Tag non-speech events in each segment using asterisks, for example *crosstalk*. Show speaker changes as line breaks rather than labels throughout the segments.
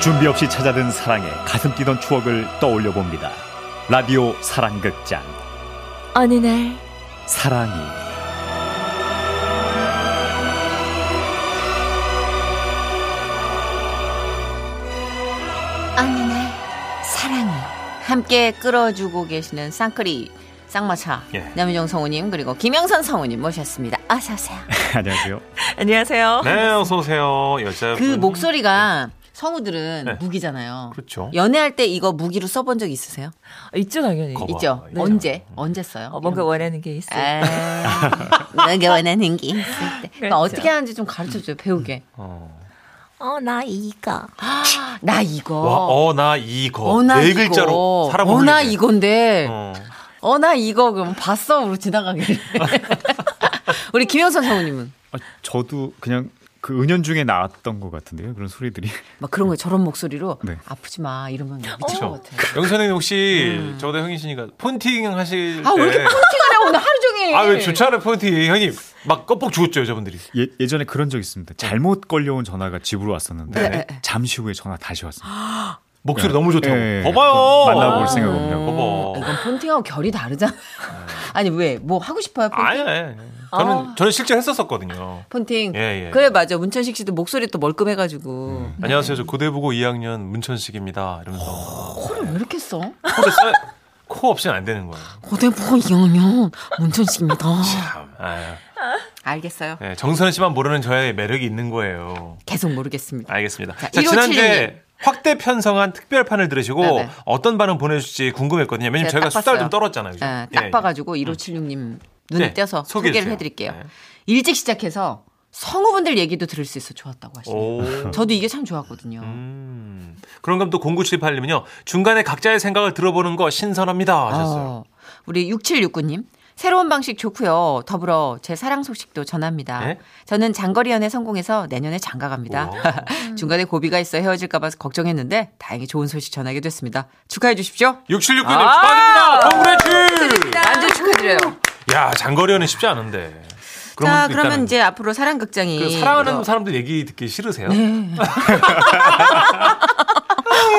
준비 없이 찾아든 사랑에 가슴 뛰던 추억을 떠올려 봅니다. 라디오 사랑극장
어느 날
사랑이
어느 날 사랑이
함께 끌어주고 계시는 쌍크리 쌍마차
예.
남유정 성우님 그리고 김영선 성우님 모셨습니다. 어서 오세요.
*laughs* 안녕하세요.
안녕하세요.
네, 어서 오세요. 여자분.
그 목소리가 성우들은
네.
무기잖아요.
그렇죠.
연애할 때 이거 무기로 써본 적 있으세요?
있죠 당연히
거봐. 음.
있죠.
네.
언제 언제 써요?
어, 뭔가 원하는 게 있어 요
아, 내가 원하는 게 있을 때. 그러니까
그렇죠.
어떻게 하는지 좀 가르쳐줘요, 배우게.
어.
어나 이거
아, 나 이거.
와, 어, 나 이거.
어나
네
이거.
글자로 살아보는
어나 이건데.
어.
어, 나 이거 그럼 봤어? 우리
*laughs*
지나가길. 우리 김영선 성우님은
아, 저도 그냥 그 은연 중에 나왔던 것 같은데요. 그런 소리들이. *laughs*
막 그런 거 저런 목소리로
네.
아프지 마 이러면 미칠
그렇죠.
것 같아.
영선님 혹시 저보다 형이시니까 폰팅 하실 때
아, 왜 이렇게 포팅하냐 오늘 하루 종일.
네. 아, 왜 좋잖아요, 폰팅. 형님. 막 껌뻑 죽었죠, 여자분들이.
예, 예전에 그런 적 있습니다. 잘못 걸려온 전화가 집으로 왔었는데 잠시 후에 전화 다시 왔습니다.
목소리 너무 좋다고.
예,
봐봐요. 음.
만나볼 생각 없냐고.
아,
봐봐.
이건 폰팅하고 결이 다르잖아. 아니 왜 뭐 하고 싶어요 폰팅?
네. 아니, 아니. 저는, 저는 실제 했었었거든요.
폰팅.
예, 음. 예.
그래 맞아. 문천식 씨도 목소리 또 멀끔해가지고
안녕하세요. 저 고대부고 2학년 문천식입니다. 이러면서.
코를 왜 이렇게 써?
코를 써, 코 없이는 안 되는 거예요.
고대부고 2학년 문천식입니다.
참, 아유.
알겠어요.
네, 정선 씨만 모르는 저의 매력이 있는 거예요.
계속 모르겠습니다.
알겠습니다. 자,
1572
지난주에 확대 편성한 특별판을 들으시고
네네.
어떤 반응 보내주실지 궁금했거든요. 왜냐면
제가 딱
저희가 예,
봤어요.
수다를 좀 떨었잖아요. 그죠?
예,
예,
딱
예.
봐가지고 1576님 눈에
네,
띄어서
소개해
소개를
주세요.
해드릴게요.
네.
일찍 시작해서 성우분들 얘기도 들을 수 있어 좋았다고 하시네요.
오.
저도 이게 참 좋았거든요.
음. 그런 감또 0978님은요. 중간에 각자의 생각을 들어보는 거 신선합니다 하셨어요.
어, 우리 6769님. 새로운 방식 좋고요. 더불어 제 사랑 소식도 전합니다.
네?
저는 장거리 연애 성공해서 내년에 장가 갑니다. *laughs* 중간에 고비가 있어 헤어질까 봐 걱정했는데 다행히 좋은 소식 전하게 됐습니다. 축하해 주십시오.
6769님
아!
축하드립니다. 동그레쥬!
완전 축하드려요.
야 장거리연애 쉽지 않은데. 그런
자,
분도
그러면
있다는
이제 네. 앞으로 사랑 극장이
그 사랑하는 사람들 얘기 듣기 싫으세요?
네.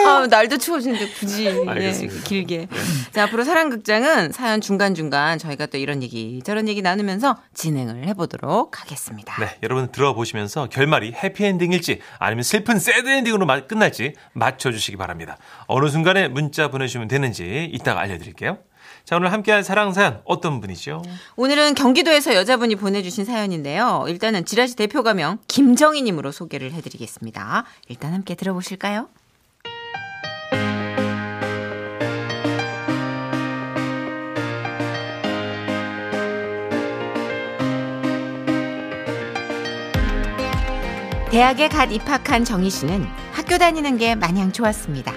아, 날도 추워지는데 굳이 네,
알겠습니다.
길게. 자, 앞으로 사랑극장은 사연 중간중간 저희가 또 이런 얘기 저런 얘기 나누면서 진행을 해보도록 하겠습니다.
네, 여러분 들어보시면서 결말이 해피엔딩일지 아니면 슬픈 새드엔딩으로 마- 끝날지 맞춰주시기 바랍니다. 어느 순간에 문자 보내주시면 되는지 이따가 알려드릴게요. 자, 오늘 함께할 사랑사연 어떤 분이죠?
오늘은 경기도에서 여자분이 보내주신 사연인데요. 일단은 지라시 대표 가명 김정희님으로 소개를 해드리겠습니다. 일단 함께 들어보실까요? 대학에 갓 입학한 정희 씨는 학교 다니는 게 마냥 좋았습니다.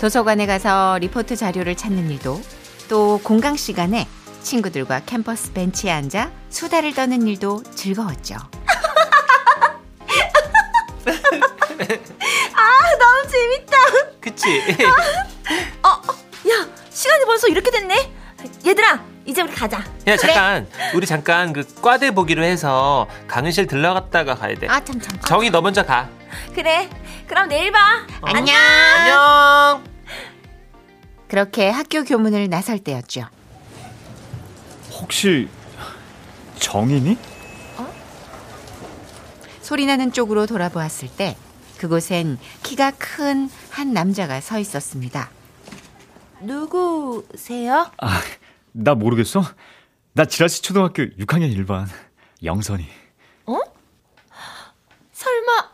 도서관에 가서 리포트 자료를 찾는 일도 또 공강 시간에 친구들과 캠퍼스 벤치에 앉아 수다를 떠는 일도 즐거웠죠. 아 아, 너무 재밌다. *laughs*
그치? *laughs*
어, 야 시간이 벌써 이렇게 됐네 얘들아 이제 우리 가자
야, 잠깐.
네.
우리 잠깐 그 과대 보기로 해서 강의실 들러갔다가 가야 돼.
아참 참.
정이 너 먼저 가.
그래 그럼 내일 봐
어.
안녕.
안녕.
그렇게 학교 교문을 나설 때였죠.
혹시 정인이?
소리나는 쪽으로 돌아보았을 때 그곳엔 키가 큰 한 남자가 서 있었습니다.
누구세요?
아, 나 모르겠어. 나 지라시 초등학교 6학년 1반 영선이.
설마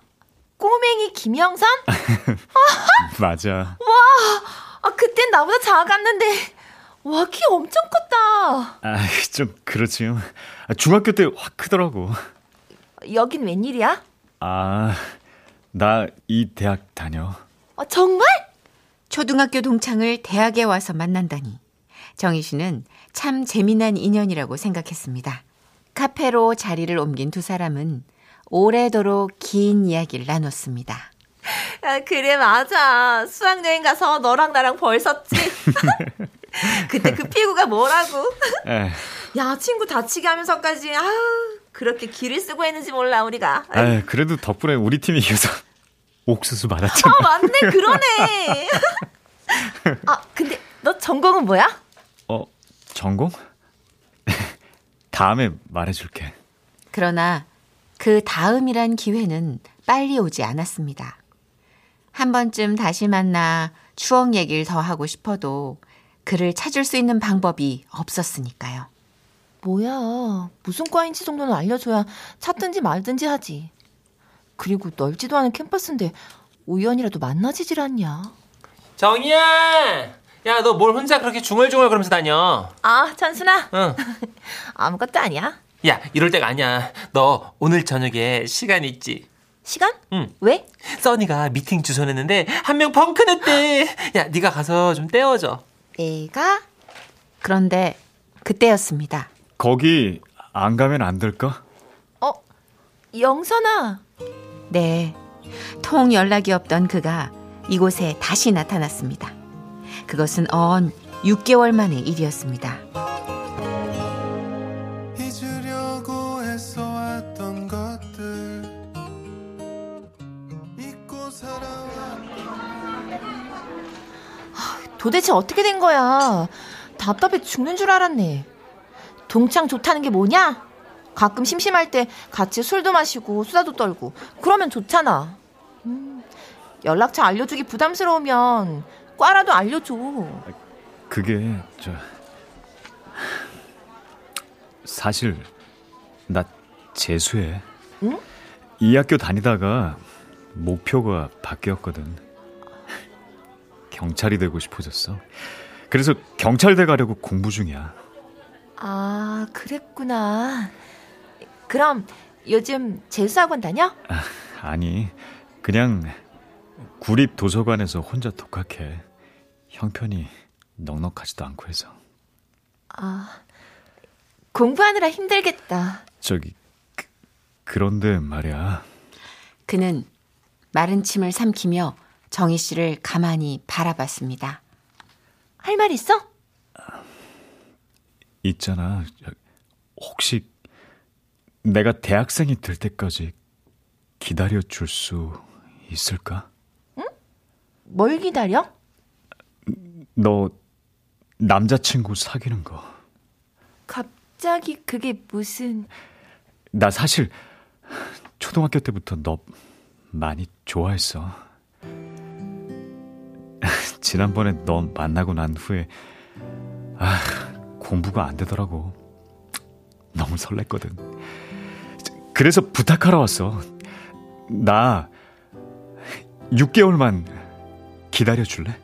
꼬맹이 김영선?
아.
맞아.
아 그땐 나보다 작았는데 와 키 엄청 컸다
아, 좀 그렇지요. 아, 중학교 때 확 크더라고.
여긴 웬일이야?
아, 나 이 대학 다녀.
아, 정말?
초등학교 동창을 대학에 와서 만난다니 정희 씨는 참 재미난 인연이라고 생각했습니다. 카페로 자리를 옮긴 두 사람은 오래도록 긴 이야기를 나눴습니다.
아, 그래 맞아 수학여행 가서 너랑 나랑
*laughs*
벌섰지 그때 그 피구가 뭐라고
에,
야 친구 다치게 하면서까지 아 그렇게 길을 쓰고 했는지 몰라 우리가
아, 그래도 덕분에 우리 팀이 이겨서 *laughs* 옥수수 받았잖아.
아, 맞네. 그러네. 아, 근데 너 전공은 뭐야?
어, 전공? *laughs* 다음에 말해줄게.
그러나 그 다음이란 기회는 빨리 오지 않았습니다. 한 번쯤 다시 만나 추억 얘기를 더 하고 싶어도 그를 찾을 수 있는 방법이 없었으니까요.
뭐야. 무슨 과인지 정도는 알려줘야 찾든지 말든지 하지. 그리고 넓지도 않은 캠퍼스인데 우연이라도 만나지질 않냐.
정이야! 야, 너 뭘 혼자 그렇게 중얼중얼 그러면서 다녀?
아, 천순아.
응.
*laughs* 아무것도 아니야.
야, 이럴 때가 아니야. 너 오늘 저녁에 시간 있지?
시간?
응.
왜?
써니가 미팅 주선했는데 한 명 펑크 냈대. 야, 네가 가서 좀 떼어줘.
내가?
그런데 그때였습니다.
거기 안 가면 안 될까?
어, 영선아.
네. 통 연락이 없던 그가 이곳에 다시 나타났습니다. 그것은 언 6개월 만의 일이었습니다.
잊으려고 애써왔던 것들 잊고 살아왔
도대체 어떻게 된 거야? 답답해 죽는 줄 알았네. 동창 좋다는 게 뭐냐? 가끔 심심할 때 같이 술도 마시고 수다도 떨고 그러면 좋잖아. 음, 연락처 알려주기 부담스러우면 과라도 알려줘.
그게 저 사실 나 재수해.
응?
이 학교 다니다가 목표가 바뀌었거든. 경찰이 되고 싶어졌어. 그래서 경찰대 가려고 공부 중이야.
아 그랬구나. 그럼 요즘 재수학원 다녀?
아니, 그냥 구립 도서관에서 혼자 독학해. 형편이 넉넉하지도 않고 해서.
아 공부하느라 힘들겠다.
저기 그, 그런데 말이야.
그는 마른 침을 삼키며 정희 씨를 가만히 바라봤습니다.
할 말 있어?
있잖아. 혹시 내가 대학생이 될 때까지 기다려 줄 수 있을까?
뭘 기다려?
너 남자친구 사귀는 거.
갑자기 그게 무슨?
나 사실 초등학교 때부터 너 많이 좋아했어. *laughs* 지난번에 너 만나고 난 후에 아, 공부가 안 되더라고. 너무 설렜거든. 그래서 부탁하러 왔어. 나 6개월만 기다려 줄래?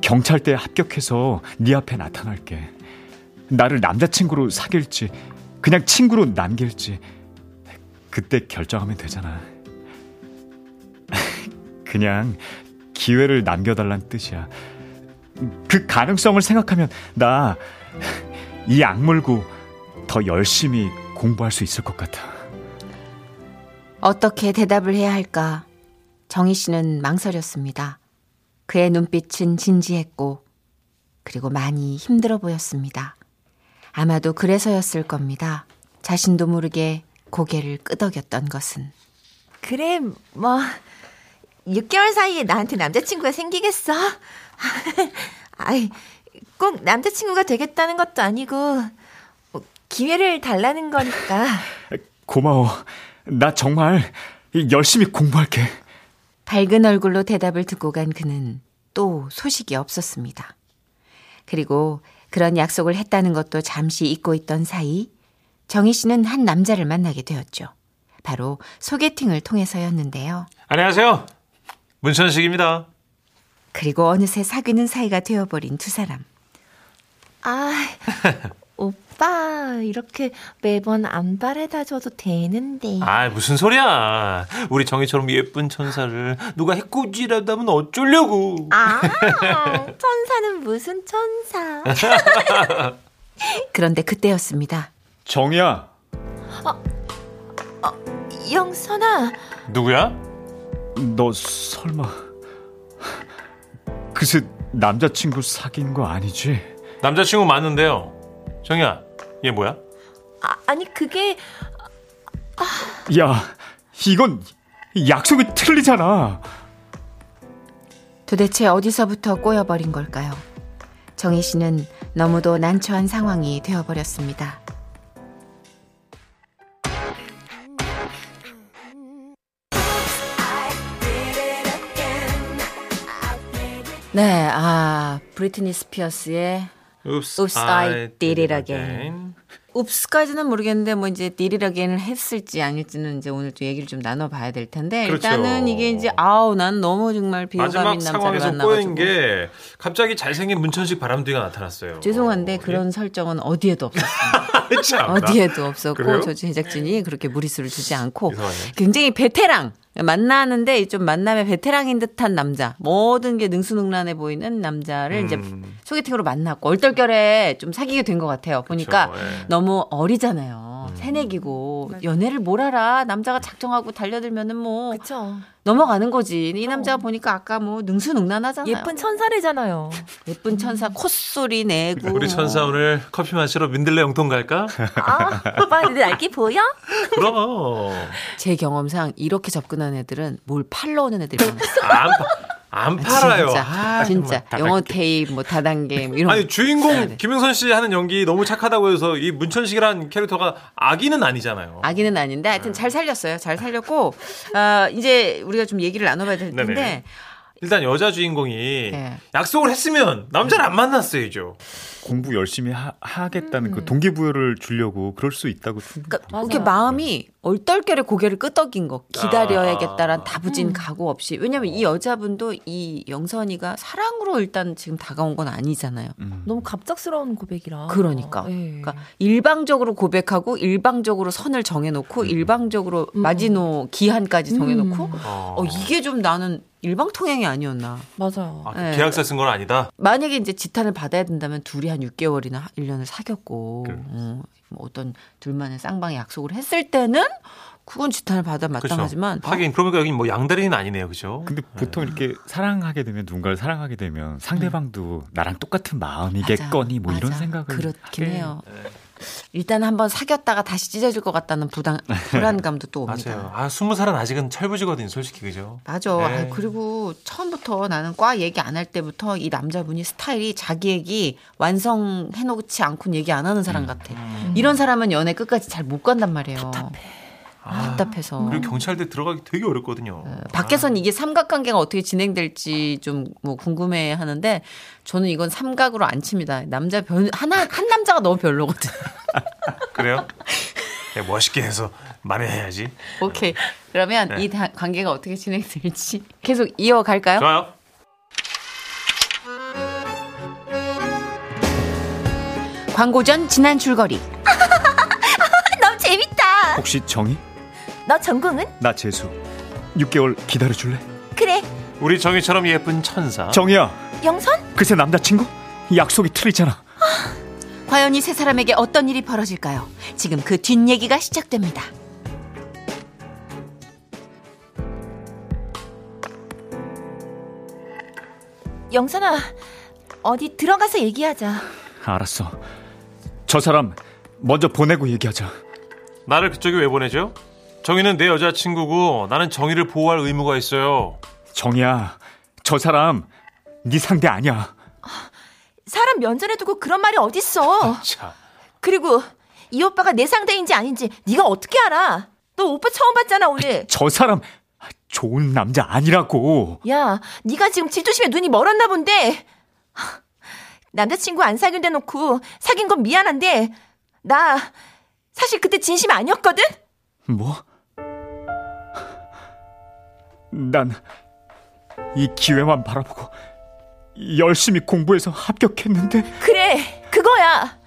경찰대 합격해서 네 앞에 나타날게. 나를 남자친구로 사귈지 그냥 친구로 남길지 그때 결정하면 되잖아. *laughs* 그냥 기회를 남겨달란 뜻이야. 그 가능성을 생각하면 나 이 악물고 더 열심히 공부할 수 있을 것 같아.
어떻게 대답을 해야 할까? 정희 씨는 망설였습니다. 그의 눈빛은 진지했고, 그리고 많이 힘들어 보였습니다. 아마도 그래서였을 겁니다. 자신도 모르게 고개를 끄덕였던 것은.
그래 뭐 6개월 사이에 나한테 남자친구가 생기겠어? *laughs* 아이 꼭 남자친구가 되겠다는 것도 아니고 뭐, 기회를 달라는 거니까
고마워. 나 정말 열심히 공부할게.
밝은 얼굴로 대답을 듣고 간 그는 또 소식이 없었습니다. 그리고 그런 약속을 했다는 것도 잠시 잊고 있던 사이 정희 씨는 한 남자를 만나게 되었죠. 바로 소개팅을 통해서였는데요.
안녕하세요. 문천식입니다.
그리고 어느새 사귀는 사이가 되어버린 두 사람.
아 오빠 이렇게 매번 안 바래다 줘도 되는데
아, 무슨 소리야. 우리 정희처럼 예쁜 천사를 누가 해코지라도 하면 어쩌려고.
아 천사는 무슨 천사
그런데 그때였습니다.
정이야.
영선아
누구야?
너 설마 그새 남자친구 사귄 거 아니지?
남자친구 맞는데요. 정희야, 얘 뭐야?
아, 아니 그게
야 이건 약속이 틀리잖아.
도대체 어디서부터 꼬여버린 걸까요? 정희 씨는 너무도 난처한 상황이 되어버렸습니다. 네, 아, 브리트니 스피어스의
Oops,
Oops, I did it again. 옵스까지는 모르겠는데 뭐 이제 딜이라기는 했을지 아닐지는 이제 오늘 좀 얘기를 좀 나눠봐야 될 텐데
그렇죠.
일단은 이게 이제 아우 난 너무 정말 비호감인
마지막
남자를
상황에서 꼬인
만나가지고
게 갑자기 잘생긴 문천식 바람둥이가 나타났어요.
죄송한데
어,
그런 설정은 어디에도 없었어요.
예? 참나.
어디에도 없었고
그래요?
저 제작진이 그렇게 무리수를 주지 않고
이상하네.
굉장히 베테랑 만나는데 좀 만남의 베테랑인 듯한 남자 모든 게 능수능란해 보이는 남자를 이제
음.
소개팅으로 만났고 얼떨결에 좀 사귀게 된 것 같아요. 보니까
그쵸, 음. 예.
너무 어리잖아요. 새내기고 연애를 뭘 알아? 남자가 작정하고 달려들면은 뭐
그쵸.
넘어가는 거지. 이 남자가 보니까 아까 뭐 능수능란하잖아요.
예쁜 음. 천사래잖아요.
예쁜 천사 콧소리 내고
그러니까 우리
뭐.
천사 오늘 커피 마시러 민들레 용통 갈까?
아, 오빠, 내 날개 보여?
그럼
제 경험상 이렇게 접근하는 애들은 뭘 팔러 오는 애들이 많아요.
안, 파, 안 *laughs* 팔아요.
진짜,
아,
진짜
정말.
영어 테이프 뭐 다단계 뭐 이런
아니
거.
주인공 김영선 씨 하는 연기 너무 착하다고 해서 이 문천식이라는 캐릭터가 아기는 아니잖아요.
아기는 아닌데 하여튼 잘 살렸어요. 잘 살렸고 아, 이제 우리가 좀 얘기를 나눠봐야 될 텐데
네네. 일단 여자 주인공이
네.
약속을 했으면 남자를 안 만났어야죠.
공부 열심히 하, 하겠다는 그 동기부여를 주려고 그럴 수 있다고 충분히.
음. 그러니까 그렇게 마음이 얼떨결에 고개를 끄덕인 거 기다려야겠다란
아.
다부진 각오 없이 왜냐면 이 여자분도 이 영선이가 사랑으로 일단 지금 다가온 건 아니잖아요.
음.
너무 갑작스러운 고백이라.
그러니까.
예.
그러니까 일방적으로 고백하고 일방적으로 선을
음.
정해놓고 일방적으로 마지노 기한까지 정해놓고
음.
어.
어 이게 좀 나는 일방통행이 아니었나.
맞아요.
아, 그
네.
계약서 쓴 건 아니다.
만약에 이제 지탄을 받아야 된다면 둘이 한 6개월이나 1년을 사귀었고 어, 뭐 어떤 둘만의 쌍방의 약속을 했을 때는 그건 지탄을 받아
그렇죠.
마땅하지만 어,
하긴 그러니까 여기 뭐 양다리는 아니네요, 그죠?
근데 보통 이렇게
아.
사랑하게 되면 누군가를 사랑하게 되면 상대방도 나랑 똑같은 마음이겠거니 뭐 이런
네. 맞아.
생각을
그렇긴
하게 네.
해요. 일단 한번 사귀었다가 다시 찢어질 것 같다는 부담,
네.
불안감도
*laughs*
또 옵니다.
맞아요. 아 스무 살은 아직은 철부지거든요, 솔직히 그죠?
맞아.
네.
아, 그리고 처음부터 나는 과 얘기 안 할 때부터 이 남자분이 스타일이 자기 얘기 완성해놓지 않고는 얘기 안 하는
음,
사람 같아. 이런 사람은 연애 끝까지 잘 못 간단 말이에요.
아,
답답해. 서
그리고 경찰대 들어가기 되게 어렵거든요.
네.
아.
밖에선 이게 삼각관계가 어떻게 진행될지 좀 뭐 궁금해 하는데 저는 이건 삼각으로 안 칩니다. 남자 변, 하나, 한 남자가 너무 별로거든. *laughs*
그래요? 야, 멋있게 해서 만회해야지.
오케이. 그러면
네.
이 다- 관계가 어떻게 진행될지 계속 이어갈까요?
좋아요.
광고 전 지난 줄거리.
너무 재밌다.
혹시 정이?
너 전공은?
나 재수. 6개월 기다려줄래?
그래.
우리 정희처럼 예쁜 천사.
아? 정이야,
영선?
글쎄 남자친구? 약속이 틀리잖아.
과연 이 세 사람에게 어떤 일이 벌어질까요? 지금 그 뒷얘기가 시작됩니다.
영선아, 어디 들어가서 얘기하자.
알았어. 저 사람 먼저 보내고 얘기하자.
나를 그쪽에 왜 보내죠? 정희는 내 여자친구고 나는 정희를 보호할 의무가 있어요.
정이야, 저 사람 네 상대 아니야.
사람 면전에 두고 그런 말이 어딨어.
자,
그리고 이 오빠가 내 상대인지 아닌지 네가 어떻게 알아? 너 오빠 처음 봤잖아 오늘.
저 사람 좋은 남자 아니라고.
야, 네가 지금 질투심에 눈이 멀었나 본데. 하, 남자친구 안 사귄 데 놓고 사귄 건 미안한데 나 사실 그때 진심 아니었거든.
뭐? 난 이 기회만 바라보고 열심히 공부해서 합격했는데
그래, 그거야.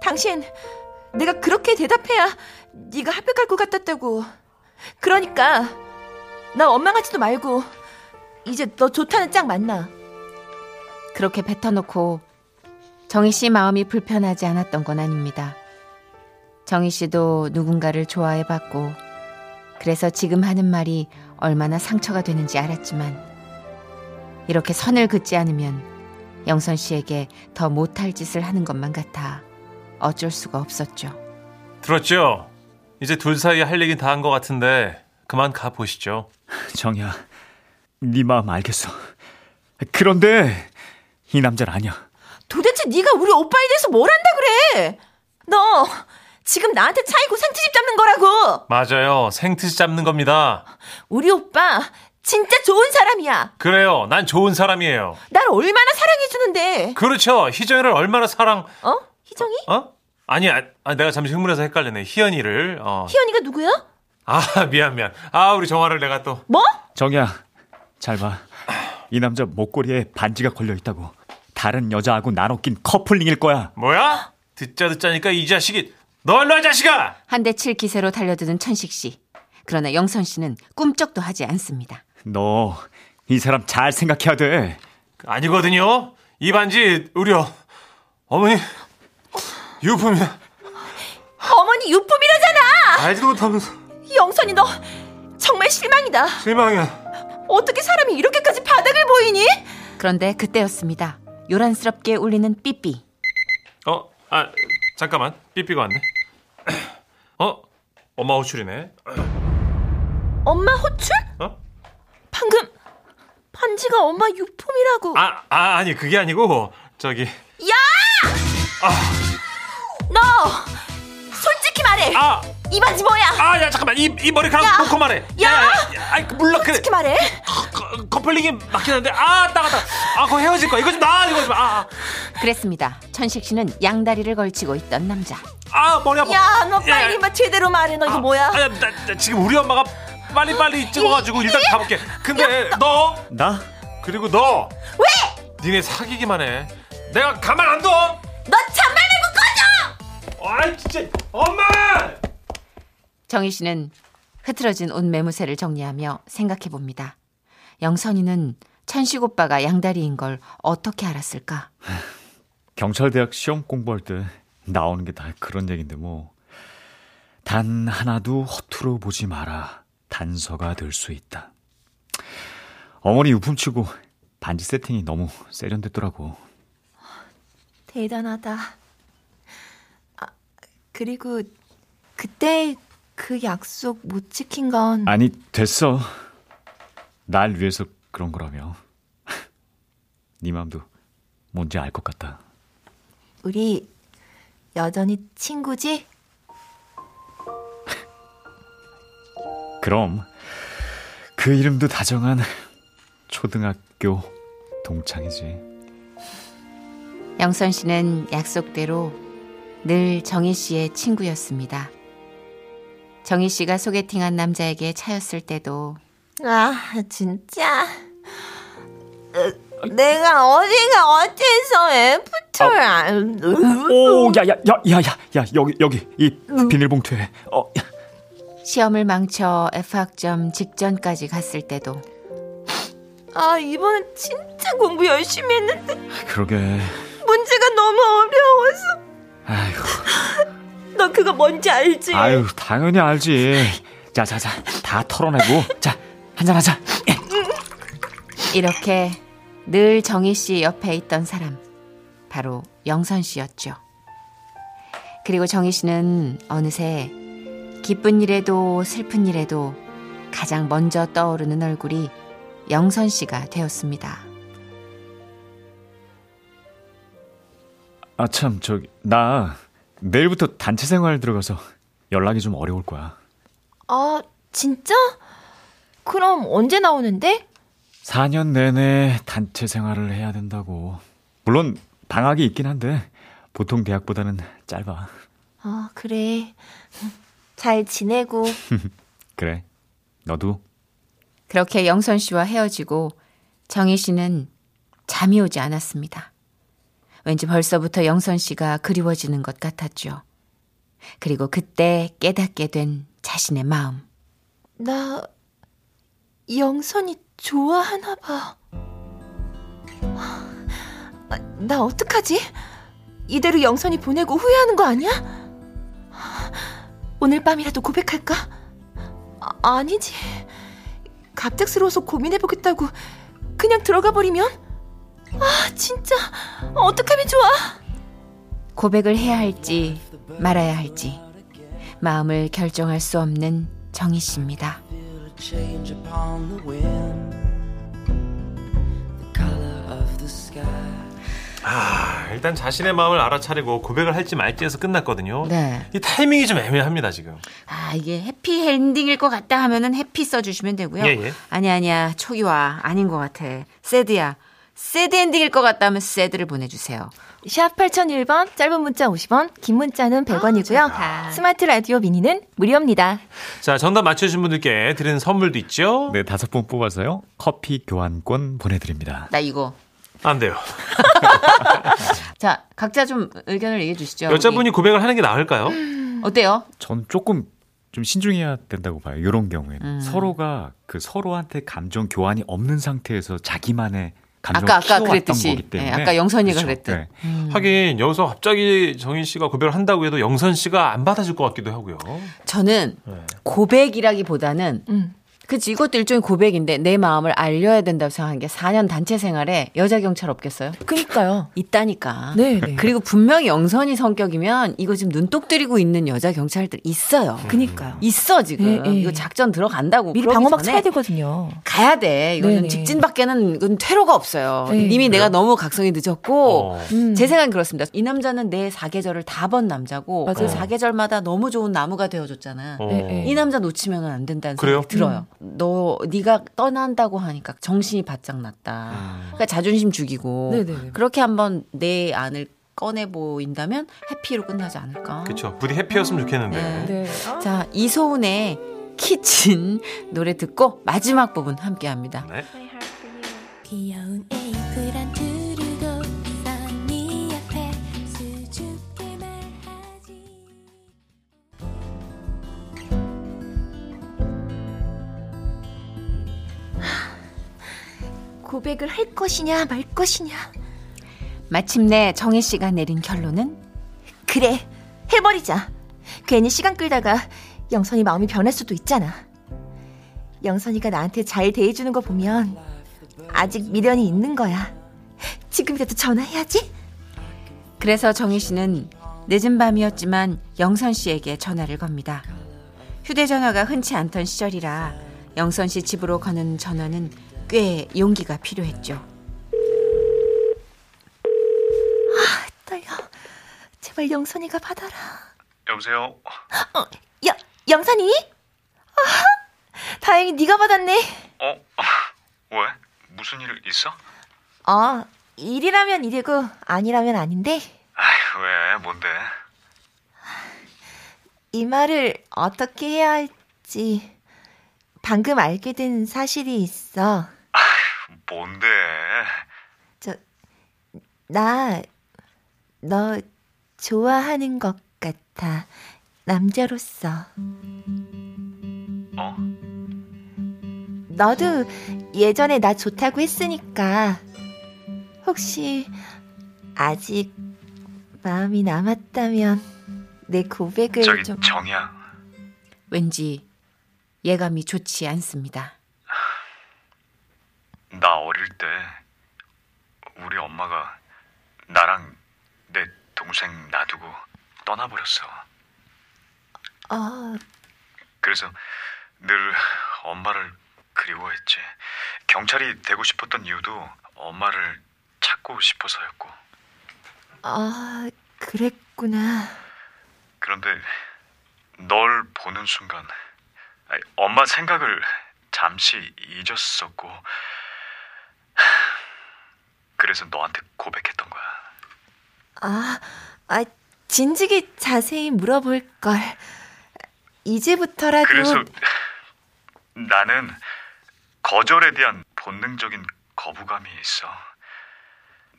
당신 내가 그렇게 대답해야 네가 합격할 것 같았다고. 그러니까 나 원망하지도 말고 이제 너 좋다는 짝 만나.
그렇게 뱉어놓고 정희 씨 마음이 불편하지 않았던 건 아닙니다. 정희 씨도 누군가를 좋아해봤고 그래서 지금 하는 말이 얼마나 상처가 되는지 알았지만 이렇게 선을 긋지 않으면 영선 씨에게 더 못할 짓을 하는 것만 같아 어쩔 수가 없었죠.
들었죠? 이제 둘 사이에 할 얘기는 다한 것 같은데 그만 가보시죠.
정야, 네 마음 알겠어. 그런데 이 남자는 아니야.
도대체 네가 우리 오빠에 대해서 뭘 한다 그래? 너 지금 나한테 차이고 생트집 잡는 거라고.
맞아요. 생트시 잡는 겁니다.
우리 오빠 진짜 좋은 사람이야.
그래요. 난 좋은 사람이에요.
날 얼마나 사랑해 주는데.
그렇죠. 희정이를 얼마나 사랑,
어? 희정이?
어? 아니, 아, 아, 내가 잠시 흥분해서 헷갈렸네. 희연이를, 어.
희연이가 누구야?
아, 미안, 미안. 아, 우리 정화를 내가 또.
뭐?
정야, 잘 봐. 이 남자 목걸이에 반지가 걸려 있다고. 다른 여자하고 나눠 낀 커플링일 거야.
뭐야? 듣자 듣자니까 이 자식이 너 일로 와 자식아!
한 대 칠 기세로 달려드는 천식 씨. 그러나 영선 씨는 꿈쩍도 하지 않습니다.
너 이 사람 잘 생각해야 돼.
아니거든요. 이 반지 우리 어- 어머니 유품이
어머니 유품이라잖아.
알지도 못하면서
영선이 너 정말 실망이다.
실망이야.
어떻게 사람이 이렇게까지 바닥을 보이니?
그런데 그때였습니다. 요란스럽게 울리는 삐삐.
어, 아 잠깐만 삐삐가 왔네. 어, 엄마 호출이네.
엄마 호출?
어?
방금 반지가 엄마 유품이라고.
아, 아 아니 그게 아니고 저기
너 솔직히 말해.
아,
이 반지 뭐야?
아, 야 잠깐만 이, 이 머리카락
야!
놓고 말해.
야!
아이 물론 그
솔직히 말해.
커- 커플링이 맞긴 한데 아 따가다. 아 그거 헤어질 거야. 이거 좀 나, 이거 좀 아,
그랬습니다. 천식 씨는 양다리를 걸치고 있던 남자.
아, 아 머리 아파.
야, 너
야,
빨리 막 제대로 말해. 너 이거
아,
뭐야?
아, 나, 나 지금 우리 엄마가 빨리 빨리 찍어가지고 일단 가볼게. 근데 너
나?
그리고 너 왜? 니네 사귀기만 해. 내가 가만 안 둬.
너 잔말 말고 꺼져!
아 진짜 엄마.
정희 씨는 흐트러진 옷 매무새를 정리하며 생각해 봅니다. 영선이는 천식 오빠가 양다리인 걸 어떻게 알았을까?
경찰대학 시험 공부할 때 나오는 게 다 그런 얘긴데 뭐. 단 하나도 허투루 보지 마라. 단서가 될 수 있다. 어머니 유품치고 반지 세팅이 너무 세련됐더라고.
대단하다. 아, 그리고 그때 그 약속 못 지킨 건
아니 됐어. 날 위해서 그런 거라며. *laughs* 네 마음도 뭔지 알 것 같다.
우리 여전히 친구지?
그럼 그 이름도 다정한 초등학교 동창이지.
영선 씨는 약속대로 늘 정희 씨의 친구였습니다. 정희 씨가 소개팅한 남자에게 차였을 때도
아, 진짜. 으, 내가 어디가 어째서 애프터를 안... 어?
오, 야, 야, 야, 야, 야, 야, 여기, 여기, 이 비닐봉투에. 어, 야.
시험을 망쳐 F학점 직전까지 갔을 때도
아, 이번엔 진짜 공부 열심히 했는데
그러게.
문제가 너무 어려워서
아유,
너 그거 뭔지 알지?
아유, 당연히 알지. 자, 자, 자, 다 털어내고, 자, 한잔하자. 예.
이렇게 늘 정희 씨 옆에 있던 사람 바로 영선 씨였죠. 그리고 정희 씨는 어느새 기쁜 일에도 슬픈 일에도 가장 먼저 떠오르는 얼굴이 영선 씨가 되었습니다.
아, 참, 저기, 나 내일부터 단체 생활 들어가서 연락이 좀 어려울 거야.
아, 진짜? 그럼 언제 나오는데?
4년 내내 단체 생활을 해야 된다고. 물론, 방학이 있긴 한데, 보통 대학보다는 짧아.
아, 그래. 잘 지내고.
그래, 너도
그렇게 영선 씨와 헤어지고 정희 씨는 잠이 오지 않았습니다. 왠지 벌써부터 영선 씨가 그리워지는 것 같았죠. 그리고 그때 깨닫게 된 자신의 마음.
나 영선이 좋아하나 봐. 아, 나 어떡하지? 이대로 영선이 보내고 후회하는 거 아니야? 오늘 밤이라도 고백할까? 아, 아니지. 갑작스러워서 고민해보겠다고 그냥 들어가 버리면? 아, 진짜. 어떡하면 좋아?
고백을 해야 할지 말아야 할지 마음을 결정할 수 없는 정희 씨입니다.
change upon the wind. The color of the sky.
아, 일단 자신의 마음을 알아차리고 고백을 할지 말지에서 끝났거든요.
네.
이 타이밍이 좀 애매합니다, 지금.
아, 이게 해피 엔딩일 것 같다 하면은 해피 써주시면 되고요.
예, 예.
아니, 아니야. 초기화. 아닌 것 같아. 새드야. 새드 엔딩일 것 같다 하면 새드를 보내주세요.
샵 8001번, 짧은 문자 50원, 긴 문자는 100원이고요.
아, 좋다.
스마트 라디오 미니는 무료입니다.
자, 정답 맞춰주신 분들께 드리는 선물도 있죠?
네, 다섯 분 뽑아서요. 커피 교환권 보내드립니다.
나 이거.
안 돼요.
자, 각자 좀 의견을 얘기해 주시죠.
여자분이 고백을 하는 게 나을까요?
우리. 어때요?
전 조금 좀 신중해야 된다고 봐요. 이런 경우에는
음.
서로가 그 서로한테 감정 교환이 없는 상태에서 자기만의 감정
아까, 아까
키워왔던
그랬듯이.
거기 때문에
네, 아까 영선이가
그렇죠.
그랬듯.
네.
하긴 여기서 갑자기 정인 씨가 고백을 한다고 해도 영선 씨가 안 받아줄 것 같기도 하고요.
저는 고백이라기보다는
음.
그치 이것도 일종의 고백인데 내 마음을 알려야 된다고 생각한 게 4년 단체 생활에 여자 경찰 없겠어요?
그니까요.
있다니까.
네, 네.
그리고 분명히 영선이 성격이면 이거 지금 눈독 들이고 있는 여자 경찰들 있어요. 음.
그니까요.
있어 지금.
예, 예.
이거 작전 들어간다고.
미리
뭐 그러기
방어막
전에
쳐야 되거든요.
가야 돼. 이거는
네네.
직진밖에는 이건 퇴로가 없어요.
네.
이미 내가 너무 각성이 늦었고
어.
음.
제 생각은 그렇습니다. 이 남자는 내 사계절을 다 번 남자고 그
맞아요.
사계절마다 너무 좋은 나무가 되어줬잖아.
어.
네,
이 남자 놓치면 안 된다는
그래요?
생각이 들어요.
음.
너 네가 떠난다고 하니까 정신이 바짝 났다.
아.
그러니까 자존심 죽이고
네네네.
그렇게 한번 내 안을 꺼내 보인다면 해피로 끝나지 않을까.
그쵸. 부디 해피였으면 좋겠는데.
네.
네.
자 이소은의 키친 노래 듣고 마지막 부분 함께합니다.
네.
귀여운 에이플 안 두르고 써니 앞에 수줍게 말하지 고백을 할 것이냐 말 것이냐
마침내 정희 씨가 내린 결론은
그래, 해버리자. 괜히 시간 끌다가 영선이 마음이 변할 수도 있잖아. 영선이가 나한테 잘 대해주는 거 보면 아직 미련이 있는 거야. 지금이라도 전화해야지.
그래서 정희 씨는 늦은 밤이었지만 영선 씨에게 전화를 겁니다. 휴대전화가 흔치 않던 시절이라 영선 씨 집으로 거는 전화는 꽤 용기가 필요했죠.
딸려. 제발 영선이가 받아라.
여보세요.
여, 영선이? 아, 다행히 네가 받았네.
어? 왜? 무슨 일 있어?
어, 일이라면 일이고 아니라면 아닌데
아이, 왜? 뭔데?
이 말을 어떻게 해야 할지 방금 알게 된 사실이 있어.
뭔데?
나, 너 좋아하는 것 같아. 남자로서.
어?
너도 예전에 나 좋다고 했으니까. 혹시 아직 마음이 남았다면 내 고백을 좀.
정이야.
왠지 예감이 좋지 않습니다.
나 어릴 때 우리 엄마가 나랑 내 동생 놔두고 떠나버렸어.
어,
그래서 늘 엄마를 그리워했지. 경찰이 되고 싶었던 이유도 엄마를 찾고 싶어서였고.
아, 그랬구나.
그런데 널 보는 순간 아니, 엄마 생각을 잠시 잊었었고 그래서 너한테 고백했던 거야.
아, 아, 진즉에 자세히 물어볼 걸. 이제부터라도
그래서 나는 거절에 대한 본능적인 거부감이 있어.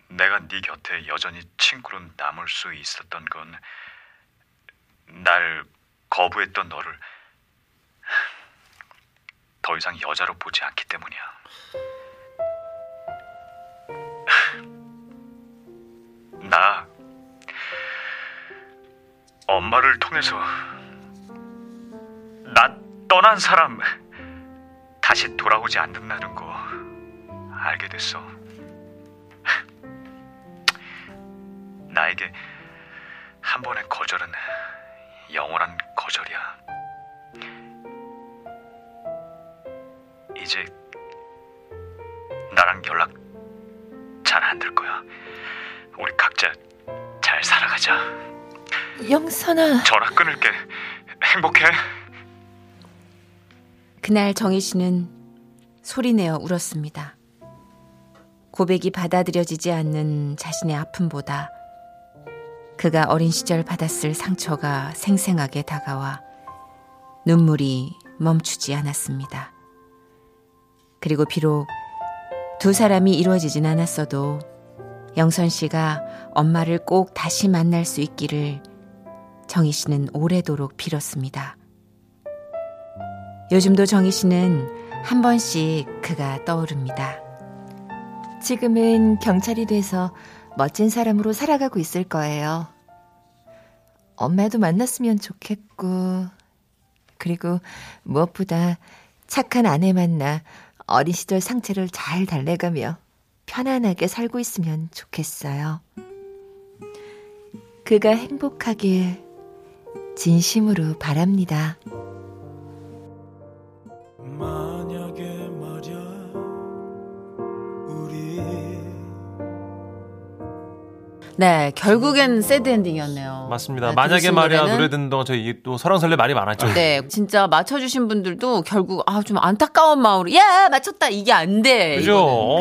내가 네 곁에 여전히 친구로 남을 수 있었던 건 날 거부했던 너를 더 이상 여자로 보지 않기 때문이야. 나 엄마를 통해서 나 떠난 사람 다시 돌아오지 않는다는 거 알게 됐어. 나에게 한 번의 거절은 영원한 거절이야. 이제 나랑 연락 잘 안 될 거야. 우리 각자 잘 살아가자.
영선아.
전화 끊을게. 행복해.
그날 정희 씨는 소리내어 울었습니다. 고백이 받아들여지지 않는 자신의 아픔보다 그가 어린 시절 받았을 상처가 생생하게 다가와 눈물이 멈추지 않았습니다. 그리고 비록 두 사람이 이루어지진 않았어도 영선 씨가 엄마를 꼭 다시 만날 수 있기를 정희 씨는 오래도록 빌었습니다. 요즘도 정희 씨는 한 번씩 그가 떠오릅니다.
지금은 경찰이 돼서 멋진 사람으로 살아가고 있을 거예요. 엄마도 만났으면 좋겠고, 그리고 무엇보다 착한 아내 만나 어린 시절 상처를 잘 달래가며 편안하게 살고 있으면 좋겠어요. 그가 행복하길 진심으로 바랍니다.
만약에 말야 우리
네, 결국엔 새드 엔딩이었네요.
맞습니다.
네,
만약에
들으신
말이야
노래는-
노래 듣는 동안 저희 또 설왕설래 말이 많았죠.
네, 진짜 맞춰주신 분들도 결국 아 좀 안타까운 마음으로 야 맞췄다 이게 안 돼.
그죠?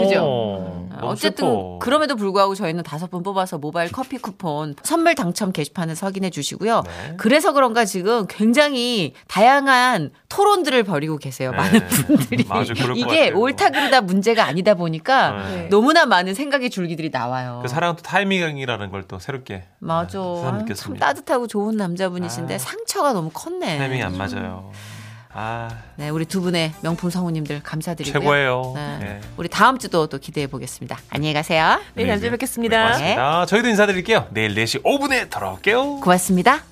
이거는. 그죠? 아,
어, 너무
어쨌든
슬퍼.
그럼에도 불구하고 저희는 다섯 분 뽑아서 모바일 커피 쿠폰 선물 당첨 게시판에서 확인해 주시고요.
네.
그래서 그런가 지금 굉장히 다양한 토론들을 벌이고 계세요.
네.
그 많은 분들이
맞아, 그럴 것
이게
같아요.
옳다 그르다 문제가 아니다 보니까
네.
너무나 많은 생각의 줄기들이 나와요.
그 사랑 또 타이밍이라는 걸 또 새롭게
맞아.
네,
아,
새삼
참
느꼈습니다.
따뜻하고 좋은 남자분이신데
아.
상처가 너무 컸네. 음.
타이밍이 안 맞아요. 아
네, 우리 두 분의 명품 성우님들 감사드리고요.
최고예요.
네.
네.
우리 다음 주도 또 기대해 보겠습니다. 안녕히 가세요.
네, 다음 주에 뵙겠습니다.
고맙습니다. 저희도 인사드릴게요. 내일 4시 5분에 돌아올게요.
고맙습니다.